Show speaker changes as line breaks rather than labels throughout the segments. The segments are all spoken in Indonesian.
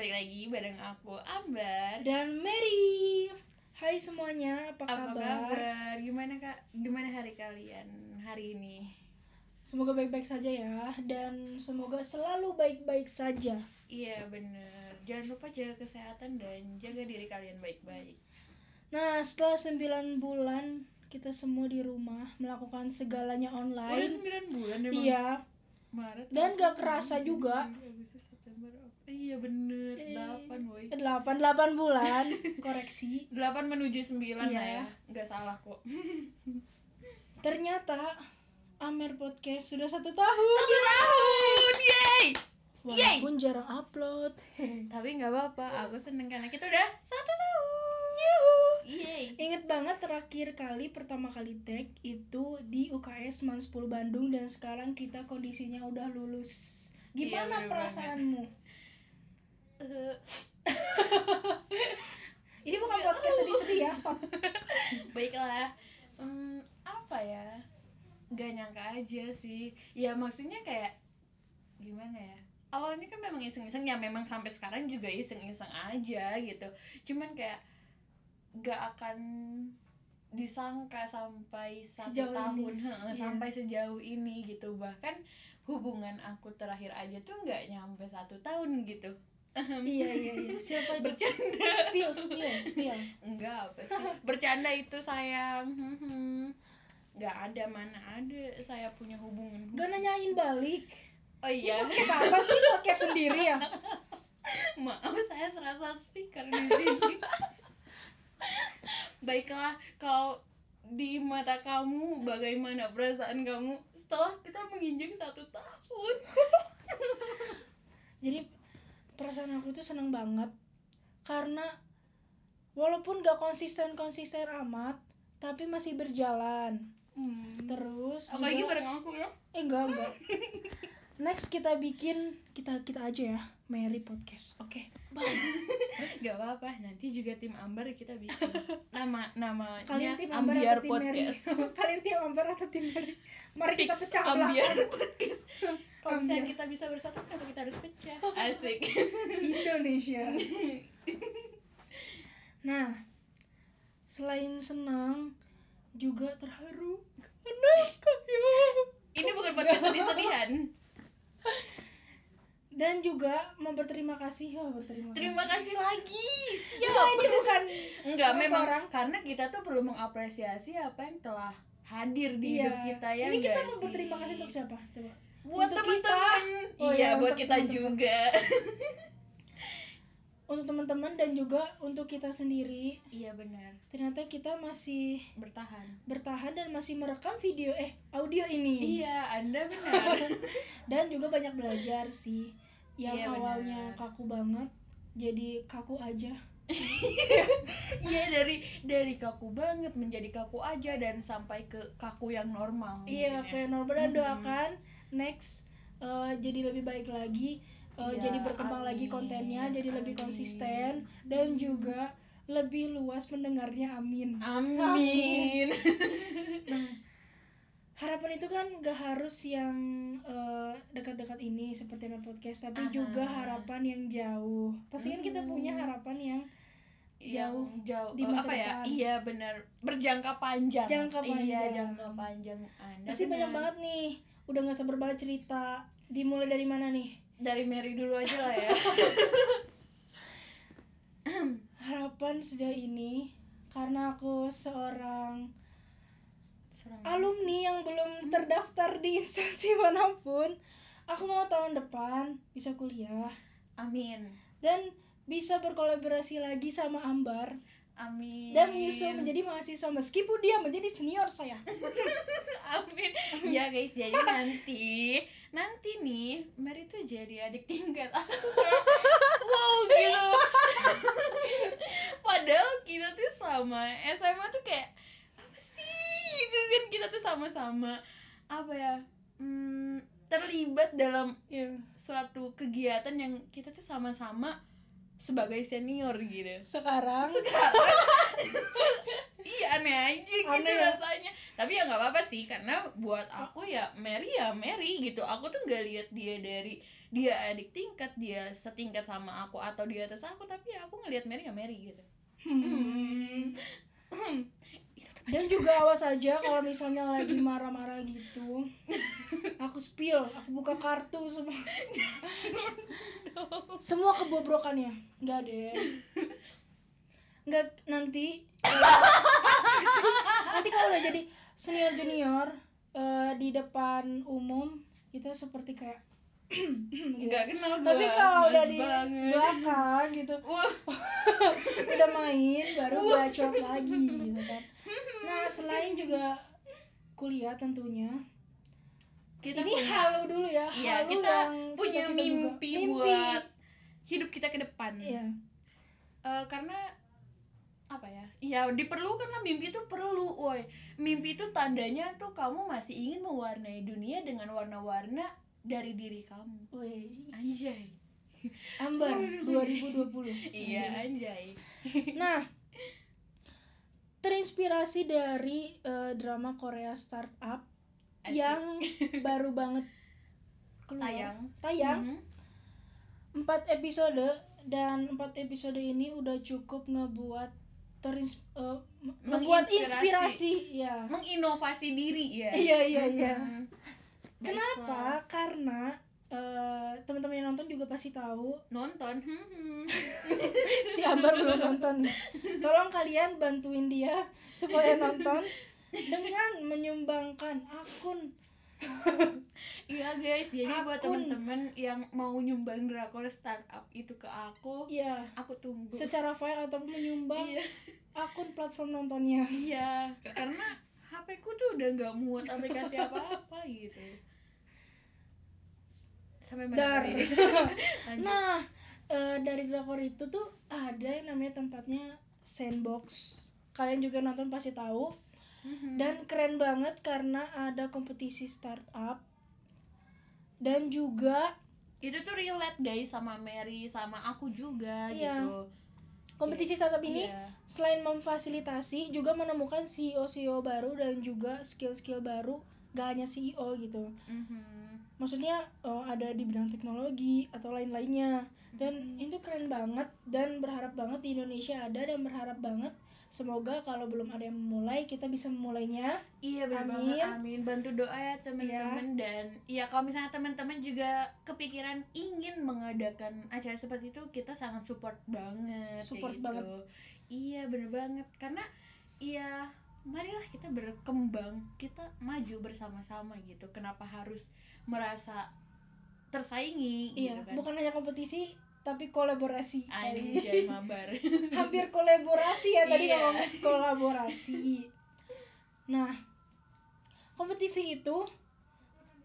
bareng aku Ambar.
dan Mary. Hai semuanya, apa,
Apa
kabar?
kabar? Gimana kak? Gimana hari kalian hari ini?
Semoga baik-baik saja ya dan semoga selalu baik-baik saja.
Iya bener. Jangan lupa jaga kesehatan dan jaga diri kalian baik-baik.
Nah, setelah 9 bulan kita semua di rumah melakukan segalanya
Udah
online.
9 bulan emang.
Iya,
Maret.
Dan
April,
gak
Mei,
kerasa
Juni,
juga.
Juli, Agustus, September. Oktober. Iya bener.
Eh.
8 woi.
8 8 bulan, koreksi.
8 menuju 9
Iya.
lah ya. Nggak salah kok.
Ternyata Amer Podcast sudah satu tahun.
Satu tahun. Yeay. Yeay.
Walaupun jarang upload.
Tapi nggak apa-apa. Aku seneng karena kita udah satu tahun.
Yuhu.
Yeay.
Ingat banget terakhir kali pertama kali tag itu di UKS Man 10 Bandung dan sekarang kita kondisinya udah lulus.
Iya, bener
Gimana perasaanmu?
Eh,
Ini bukan podcast sedih-sedih ya, stop.
baiklah Hmm, apa ya gak nyangka aja sih ya maksudnya kayak gimana ya awalnya kan memang iseng-iseng ya memang sampai sekarang juga iseng-iseng aja gitu cuman kayak gak akan disangka sampai satu
Sejauh
tahun
ini,
heeh,
iya.
sampai sejauh ini gitu bahkan hubungan aku terakhir aja tuh nggak nyampe satu tahun gitu
iya, iya, iya. Siapa itu?
bercanda
Spill, spill, spill.
Enggak apa sih Bercanda itu sayang Enggak ada mana ada Saya punya hubungan
Gak nanyain balik.
Oh iya
Podcast apa sih? Podcast sendiri ya?
Maaf saya serasa speaker di sini Baiklah Kalau di mata kamu Bagaimana perasaan kamu Setelah kita menginjak satu tahun
Jadi perasaan aku tuh seneng banget karena walaupun gak konsisten-konsisten amat, tapi masih berjalan.
hmm.
Terus
Apalagi
juga-
bareng aku ya
Eh enggak enggak. Next kita bikin kita kita aja ya Mary podcast. Oke.
Gak apa-apa Nanti juga tim Amber kita bikin Nama Namanya
Kalian tim Amber
Iya, Ambiar
atau tim Mary?
Podcast
Kalian tim Amber atau tim Mary? Mari kita
Fix,
pecah belah.
ambiar podcast kalau misalnya
Ambiar.
kita bisa bersatu kenapa kita harus pecah asik
Indonesia. nah, selain senang juga terharu.
Ya ini bukan podcast sedih-sedihan
Dan juga mau berterima kasih. Oh, berterima kasih.
terima kasih lagi
Nah,
siap
ini bukan
enggak
Orang
memang
orang.
karena kita tuh perlu mengapresiasi apa yang telah hadir di
Iya.
hidup kita ya
Ini kita
enggak
mau
sih?
berterima kasih untuk siapa? Coba.
buat
Untuk
teman-teman
kita. Oh
iya
iya,
buat
untuk
kita
teman-teman.
juga
Untuk teman-teman dan juga untuk kita sendiri.
iya benar
Ternyata kita masih
bertahan
bertahan dan masih merekam video eh audio ini.
iya anda benar
Dan juga banyak belajar sih. Yang
Iya, benar.
awalnya kaku banget jadi kaku aja.
iya dari dari kaku banget menjadi kaku aja dan sampai ke kaku yang normal
Iya,
mungkin ya.
kayak normal dan
Mhm.
doakan next eh, jadi lebih baik lagi, eh,
Iya,
jadi berkembang lagi
amin,
kontennya, jadi lebih
amin.
konsisten dan juga lebih luas mendengarnya. Amin.
Amin.
Harapan itu kan gak harus yang eh, dekat-dekat ini seperti nama podcast, tapi
Aha. Hmm.
juga harapan yang jauh. Pasti kan kita punya harapan yang Jauh.
Yang jauh
Di
eh,
masa
apa ya?
depan.
Iya benar. Berjangka panjang.
Jangka
Iya,
panjang.
jangka panjang Ah, nah, Anda.
pasti banyak
benar.
banget nih. Udah gak sabar banget cerita. Dimulai dari mana nih?
Dari Mary dulu aja lah ya.
Harapan sejauh ini karena aku seorang
Serem.
alumni yang
Hmm.
belum terdaftar di instansi manapun aku mau tahun depan bisa kuliah
Amin.
dan bisa berkolaborasi lagi sama Ambar
Amin.
dan menyusul menjadi mahasiswa meskipun dia menjadi senior saya
Amin. Ya guys, jadi nanti nanti nih Mary tuh jadi adik tingkat aku kayak wow gitu. Padahal kita tuh selama SMA tuh kayak apa sih gitu kan kita tuh sama-sama apa ya hmm, terlibat dalam
Iya.
suatu kegiatan yang kita tuh sama-sama sebagai senior gitu
sekarang
iya aneh aja gitu
Aneh ya?
rasanya tapi ya nggak apa-apa sih karena buat aku ya Mary ya Mary gitu aku tuh nggak lihat dia dari dia adik tingkat dia setingkat sama aku atau di atas aku tapi ya aku ngelihat Mary ya Mary gitu Hmm.
dan juga awas aja kalau misalnya lagi marah-marah gitu aku spill aku buka kartu semua semua kebobrokannya nggak deh nggak nanti nanti kalau udah jadi senior junior eh, di depan umum kita seperti kayak
Hmm. nggak kenal gua,
tapi kalau udah
males
di
banget.
belakang gitu
Wah,
udah main baru bacot lagi gitu kan nah selain juga kuliah tentunya
kita
ini
punya-
halu dulu ya
Iya,
halu
kita
yang
punya
cita-cita juga.
mimpi, buat hidup kita ke depan.
Iya.
Eh, karena apa ya? Ya diperlukan lah mimpi itu perlu, woi. Mimpi itu tandanya tuh kamu masih ingin mewarnai dunia dengan warna-warna dari diri kamu.
Wih.
Anjay.
Ambar
Waduh.
2020
Iya, anjay.
nah terinspirasi dari eh, drama Korea startup
Asik.
yang baru banget keluar
Tayang.
tayang
Mhm.
4 episode dan 4 episode ini udah cukup ngebuat terins eh, me- ngebuat
Menginspirasi.
inspirasi ya
Menginovasi diri ya.
iya iya iya
Mhm.
kenapa karena eh, teman-teman yang nonton juga pasti tahu
Nonton. mhm.
si Ambar belum nonton nih. tolong kalian bantuin dia supaya nonton dengan menyumbangkan akun
Iya guys, jadi buat
Akun.
temen-temen yang mau nyumbang drakor startup itu ke aku,
ya
aku tunggu.
secara file atau menyumbang
Iya.
akun platform nontonnya
Iya, karena HP ku tuh udah nggak muat aplikasi apa-apa gitu. Sampai mana? ya?
Dar.
tadi? Lanjut.
Nah, eh, dari drakor itu tuh ada yang namanya tempatnya sandbox. Kalian juga nonton pasti tahu.
Mhm.
Dan keren banget karena ada kompetisi startup. Dan juga
itu tuh relate guys sama Mary sama aku juga
Iya.
gitu.
kompetisi startup ini
Iya.
selain memfasilitasi juga menemukan E CEO-CEO baru dan juga skill-skill baru gak hanya CEO gitu.
Mhm.
Maksudnya eh, ada di bidang teknologi atau lain-lainnya. Dan itu keren banget dan berharap banget di Indonesia ada dan berharap banget semoga kalau belum ada yang memulai kita bisa memulainya.
Iya bener
Amin. Iya.
banget, amin Bantu doa ya teman-teman Dan ya kalau misalnya teman-teman juga kepikiran ingin mengadakan acara seperti itu Kita sangat support banget kayak
Support
gitu.
banget.
Iya bener banget Karena iya marilah kita berkembang Kita maju bersama-sama gitu Kenapa harus merasa tersaingi gitu
Iya,
kan
bukan hanya kompetisi tapi kolaborasi.
Anjay mabar
Hampir kolaborasi ya tadi
Iya.
ngomong kolaborasi. Nah, kompetisi itu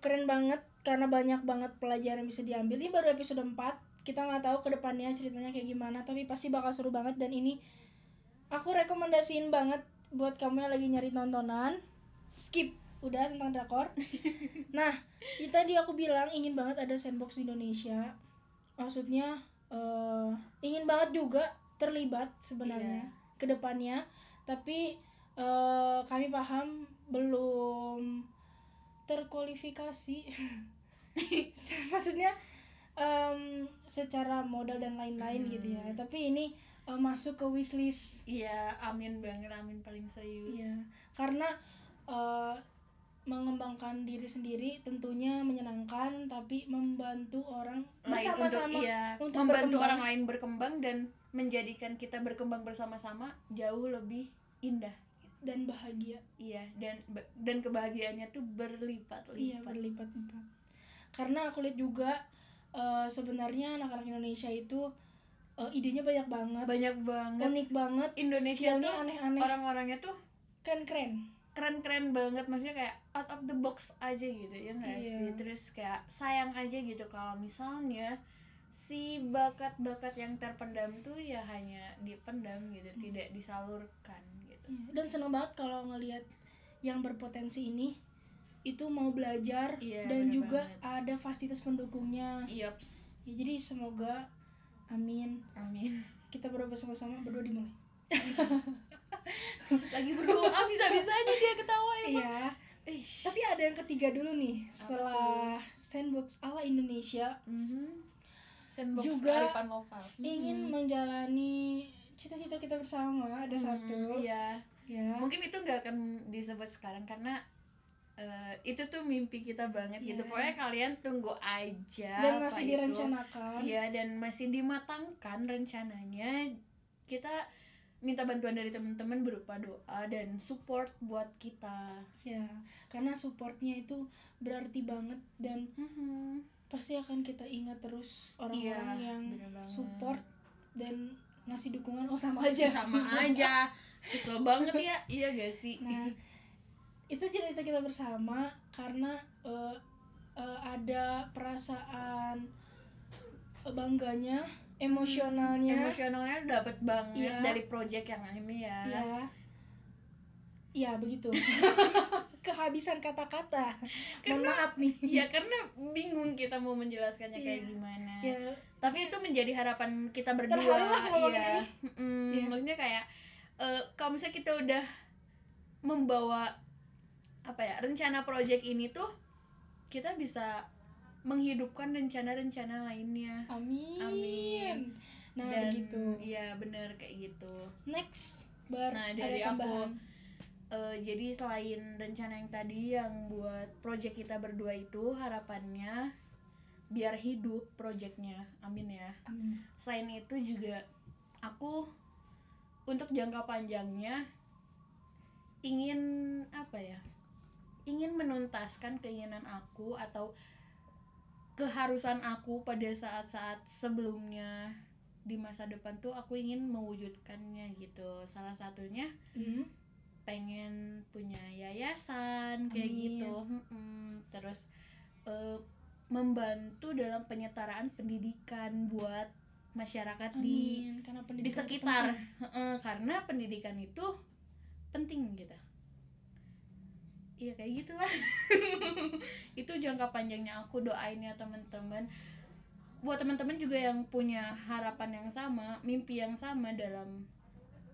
keren banget karena banyak banget pelajaran yang bisa diambil. Ini baru episode 4. Kita nggak tahu ke depannya ceritanya kayak gimana, tapi pasti bakal seru banget dan ini aku rekomendasiin banget buat kamu yang lagi nyari tontonan. Skip udah tentang drakor. nah, itu tadi aku bilang ingin banget ada sandbox di Indonesia. Maksudnya eh, ingin banget juga terlibat sebenarnya ke depannya, tapi eh, kami paham belum terkualifikasi maksudnya em, secara modal dan lain-lain gitu ya tapi ini eh, masuk ke wishlist
Iya amin banget, amin paling serius
Iya. karena eh, mengembangkan diri sendiri tentunya menyenangkan tapi membantu orang
lain untuk
bersama-sama
iya
Nah, untuk
membantu
berkembang.
orang lain berkembang dan menjadikan kita berkembang bersama-sama jauh lebih indah
dan bahagia
iya dan dan kebahagiaannya tuh berlipat-lipat
Iya berlipat-lipat. Karena aku lihat juga eh, sebenarnya anak-anak Indonesia itu eh, idenya banyak banget,
banyak banget
unik banget.
Indonesia
skillnya
tuh
aneh-aneh, Kan
orang-orangnya tuh
keren-keren.
keren-keren banget maksudnya kayak out of the box aja gitu ya nggak
Iya.
sih terus kayak sayang aja gitu kalau misalnya si bakat-bakat yang terpendam tuh ya hanya dipendam gitu
Hmm.
tidak disalurkan gitu
Iya. Dan seneng banget kalau ngelihat yang berpotensi ini itu mau belajar
Iya, bener
dan juga ada fasilitas pendukungnya.
Yops,
Ya, jadi semoga amin.
amin
Kita berdoa bersama-sama berdoa dimulai.
lagi berdoa bisa bisanya dia ketawa emang
Iya.
Ish.
Tapi ada yang ketiga dulu nih setelah sandbox ala Indonesia
Mhm. Sandbox
Juga
kearifan lokal.
ingin menjalani cita-cita kita bersama ada satu
Mhm, Iya.
ya
Mungkin itu nggak akan disebut sekarang karena eh, itu tuh mimpi kita banget gitu.
Iya.
Pokoknya kalian tunggu aja.
dan
apa Ya,
masih
itu.
direncanakan
Iya dan masih dimatangkan rencananya. Kita minta bantuan dari teman-teman berupa doa dan support buat kita.
ya karena supportnya itu berarti banget dan Mm-hmm.
Mhm.
pasti akan kita ingat terus orang-orang
Iya,
yang
bener banget.
support dan ngasih dukungan oh sama aja
Sama aja. Kesel banget ya. Iya gak sih?
nah itu cerita kita bersama karena eh, eh, ada perasaan bangganya emosionalnya
emosionalnya dapat banget
Iya.
dari project yang ini ya.
ya ya begitu kehabisan kata-kata mohon
Karena-
maaf nih
Iya karena bingung kita mau menjelaskannya kayak
Iya.
gimana.
ya
Tapi itu menjadi harapan kita berdua.
Terharu lah ngomongin
iya.
ini.
Mm,
Iya.
Maksudnya kayak eh, kalau misalnya kita udah membawa apa ya rencana project ini tuh kita bisa menghidupkan rencana-rencana lainnya.
amin,
Amin.
nah
Dan,
begitu
Iya bener kayak gitu.
next bar
Nah,
ada
dari aku.
tambahan
Eh, jadi selain rencana yang tadi yang buat project kita berdua itu harapannya biar hidup projectnya, amin ya.
amin
Selain itu juga aku untuk jangka panjangnya ingin apa ya? Ingin menuntaskan keinginan aku atau keharusan aku pada saat-saat sebelumnya di masa depan tuh aku ingin mewujudkannya gitu. Salah satunya
Hmm.
pengen punya yayasan kayak
Amin.
gitu Mm-mm. terus eh, membantu dalam penyetaraan pendidikan buat masyarakat di
Amin.
di
karena pendidikan itu
sekitar
penting.
Heeh, Eh, karena pendidikan itu penting gitu iya kayak gitulah itu jangka panjangnya aku doain ya teman-teman buat teman-teman juga yang punya harapan yang sama mimpi yang sama dalam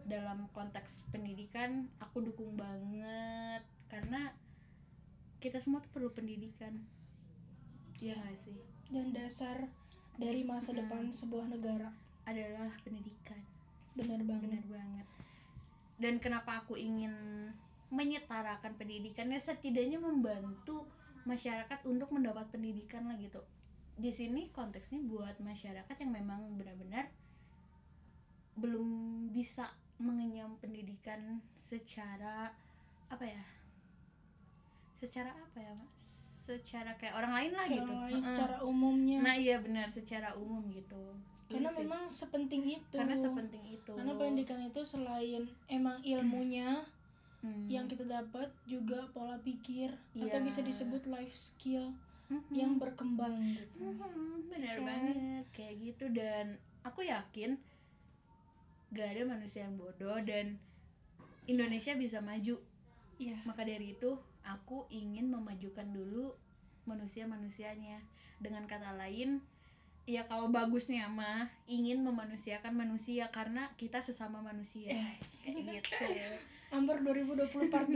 dalam konteks pendidikan aku dukung banget karena kita semua tuh perlu pendidikan iya nggak sih
dan dasar dari masa
Mm-mm.
depan sebuah negara
adalah pendidikan
benar banget
benar banget dan kenapa aku ingin menyetarakan pendidikannya setidaknya membantu masyarakat untuk mendapat pendidikan lah gitu di sini konteksnya buat masyarakat yang memang benar-benar belum bisa mengenyam pendidikan secara apa ya secara apa ya Mak? secara kayak orang lain lah
Kayak
gitu
orang lain
Heeh.
secara umumnya
nah iya benar secara umum gitu
karena
Gitu.
memang sepenting itu
karena sepenting itu
Karena pendidikan itu selain emang ilmunya
Hmm.
yang kita dapat juga pola pikir
Iya.
atau bisa disebut life skill
Mhm.
yang berkembang gitu
Mhm, bener
Kan?
banget kayak gitu dan aku yakin gak ada manusia yang bodoh dan Indonesia bisa maju
Iya.
maka dari itu aku ingin memajukan dulu manusia-manusianya dengan kata lain ya kalau bagusnya mah ingin memanusiakan manusia karena kita sesama manusia
Iya.
kayak gitu
Eh, Amber 2020 part 2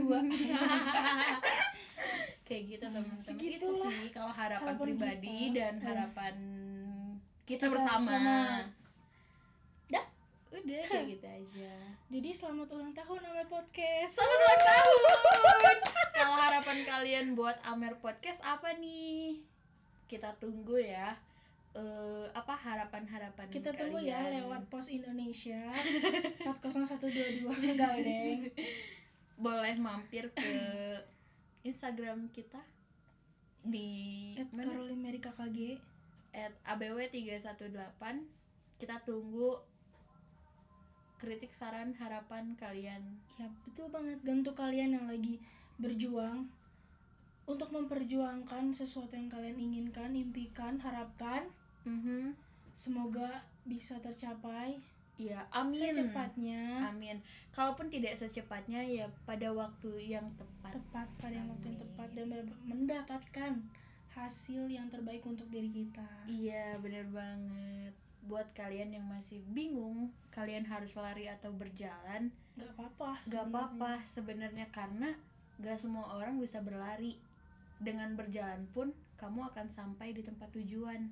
kayak gitu teman-teman itu
Hmm, segitulah
sih kalau harapan,
harapan
pribadi
kita.
dan
Ya.
harapan kita,
Kita
bersama.
bersama.
Dah, udah kayak gitu aja.
Jadi selamat ulang tahun Amel Podcast
Selamat ulang tahun. kalau harapan kalian buat Amer Podcast apa nih? Kita tunggu ya. Eh apa harapan-harapan
Kita tunggu ya
kalian.
lewat Pos Indonesia 40122 Enggak deng
Boleh mampir ke Instagram kita di
At
mana?
Caroline Mary KKG
at abw318 kita tunggu kritik saran harapan kalian
Ya betul banget Dan untuk kalian yang lagi berjuang Untuk memperjuangkan sesuatu yang kalian inginkan Impikan, harapkan Mm-hmm.
Mhm.
Semoga bisa tercapai
ya amin
secepatnya
amin kalaupun tidak secepatnya ya pada waktu yang tepat
tepat pada yang waktu yang
Amin.
tepat dan mendap- mendapatkan hasil yang terbaik untuk diri kita.
iya bener banget buat kalian yang masih bingung kalian harus lari atau berjalan
Gak
gak
apa-apa. sebenarnya.
apa-apa sebenarnya karena Gak semua orang bisa berlari. Dengan berjalan pun kamu akan sampai di tempat tujuan.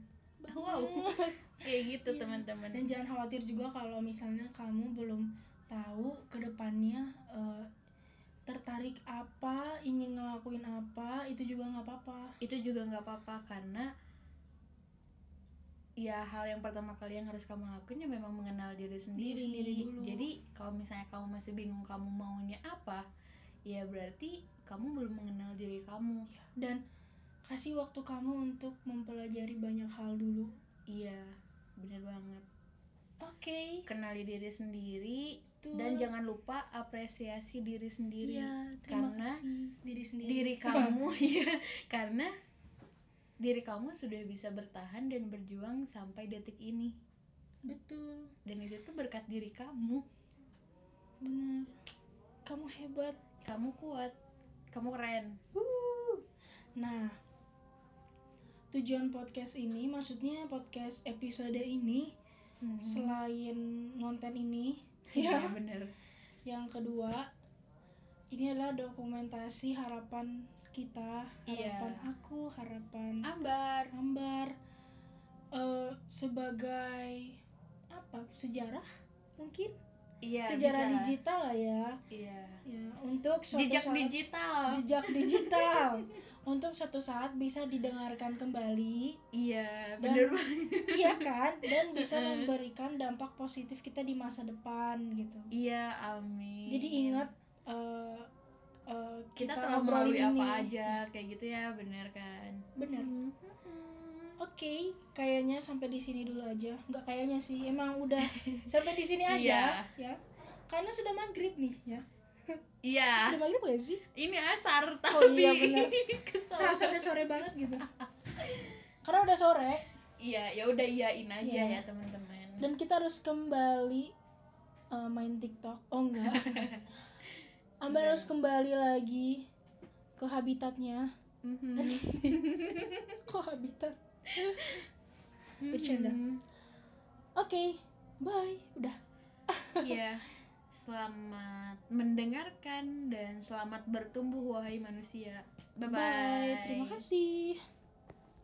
Wow. Kayak gitu teman-teman.
Dan jangan khawatir juga kalau misalnya kamu belum tahu ke depannya eh, tertarik apa, ingin ngelakuin apa, itu juga nggak apa-apa.
itu juga nggak apa-apa karena ya hal yang pertama kali yang harus kamu lakuin ya memang mengenal diri sendiri,
sendiri dulu.
jadi kalau misalnya kamu masih bingung kamu maunya apa ya berarti kamu belum mengenal diri kamu
Dan kasih waktu kamu untuk mempelajari banyak hal dulu.
iya bener banget
Oke.
kenali diri sendiri
Betul.
dan jangan lupa apresiasi diri sendiri
Iya, terima
Karena
kasih diri sendiri.
diri kamu ya karena diri kamu sudah bisa bertahan dan berjuang sampai detik ini
Betul.
dan itu tuh berkat diri kamu
Benar. Kamu hebat.
kamu kuat kamu keren
Wuh. Nah, tujuan podcast ini maksudnya podcast episode ini selain konten ini
Hmm. iya bener
yang kedua ini adalah dokumentasi harapan kita,
Iya.
harapan aku, harapan
ambar
Ambar eh, sebagai apa? Sejarah mungkin?
iya
sejarah
bisa.
digital lah ya.
iya
Ya, untuk suatu
jejak
saat-
digital
jejak digital untuk suatu saat bisa didengarkan kembali
iya
Dan-
bener banget
iya kan dan bisa memberikan dampak positif kita di masa depan gitu
iya amin
jadi ingat eh, eh,
Iya. kita, telah
ngobrolin
melalui apa
ini.
aja kayak gitu ya bener kan
bener
Mhm.
oke kayaknya sampai di sini dulu aja nggak kayaknya sih emang udah sampai di sini aja ya karena sudah maghrib nih ya
iya
sudah maghrib gak sih
ini asar tapi
Oh iya, bener.
Kesel.
Serasa udah sore banget gitu karena udah sore
iya ya udah iyain aja
Iya.
ya teman-teman
dan kita harus kembali uh, main TikTok oh enggak
Iya.
Ambar harus kembali lagi ke habitatnya
Mhm.
kok habitat
Mhm.
Bercanda. oke bye udah
Iya. Selamat mendengarkan dan selamat bertumbuh wahai manusia. Bye bye.
terima kasih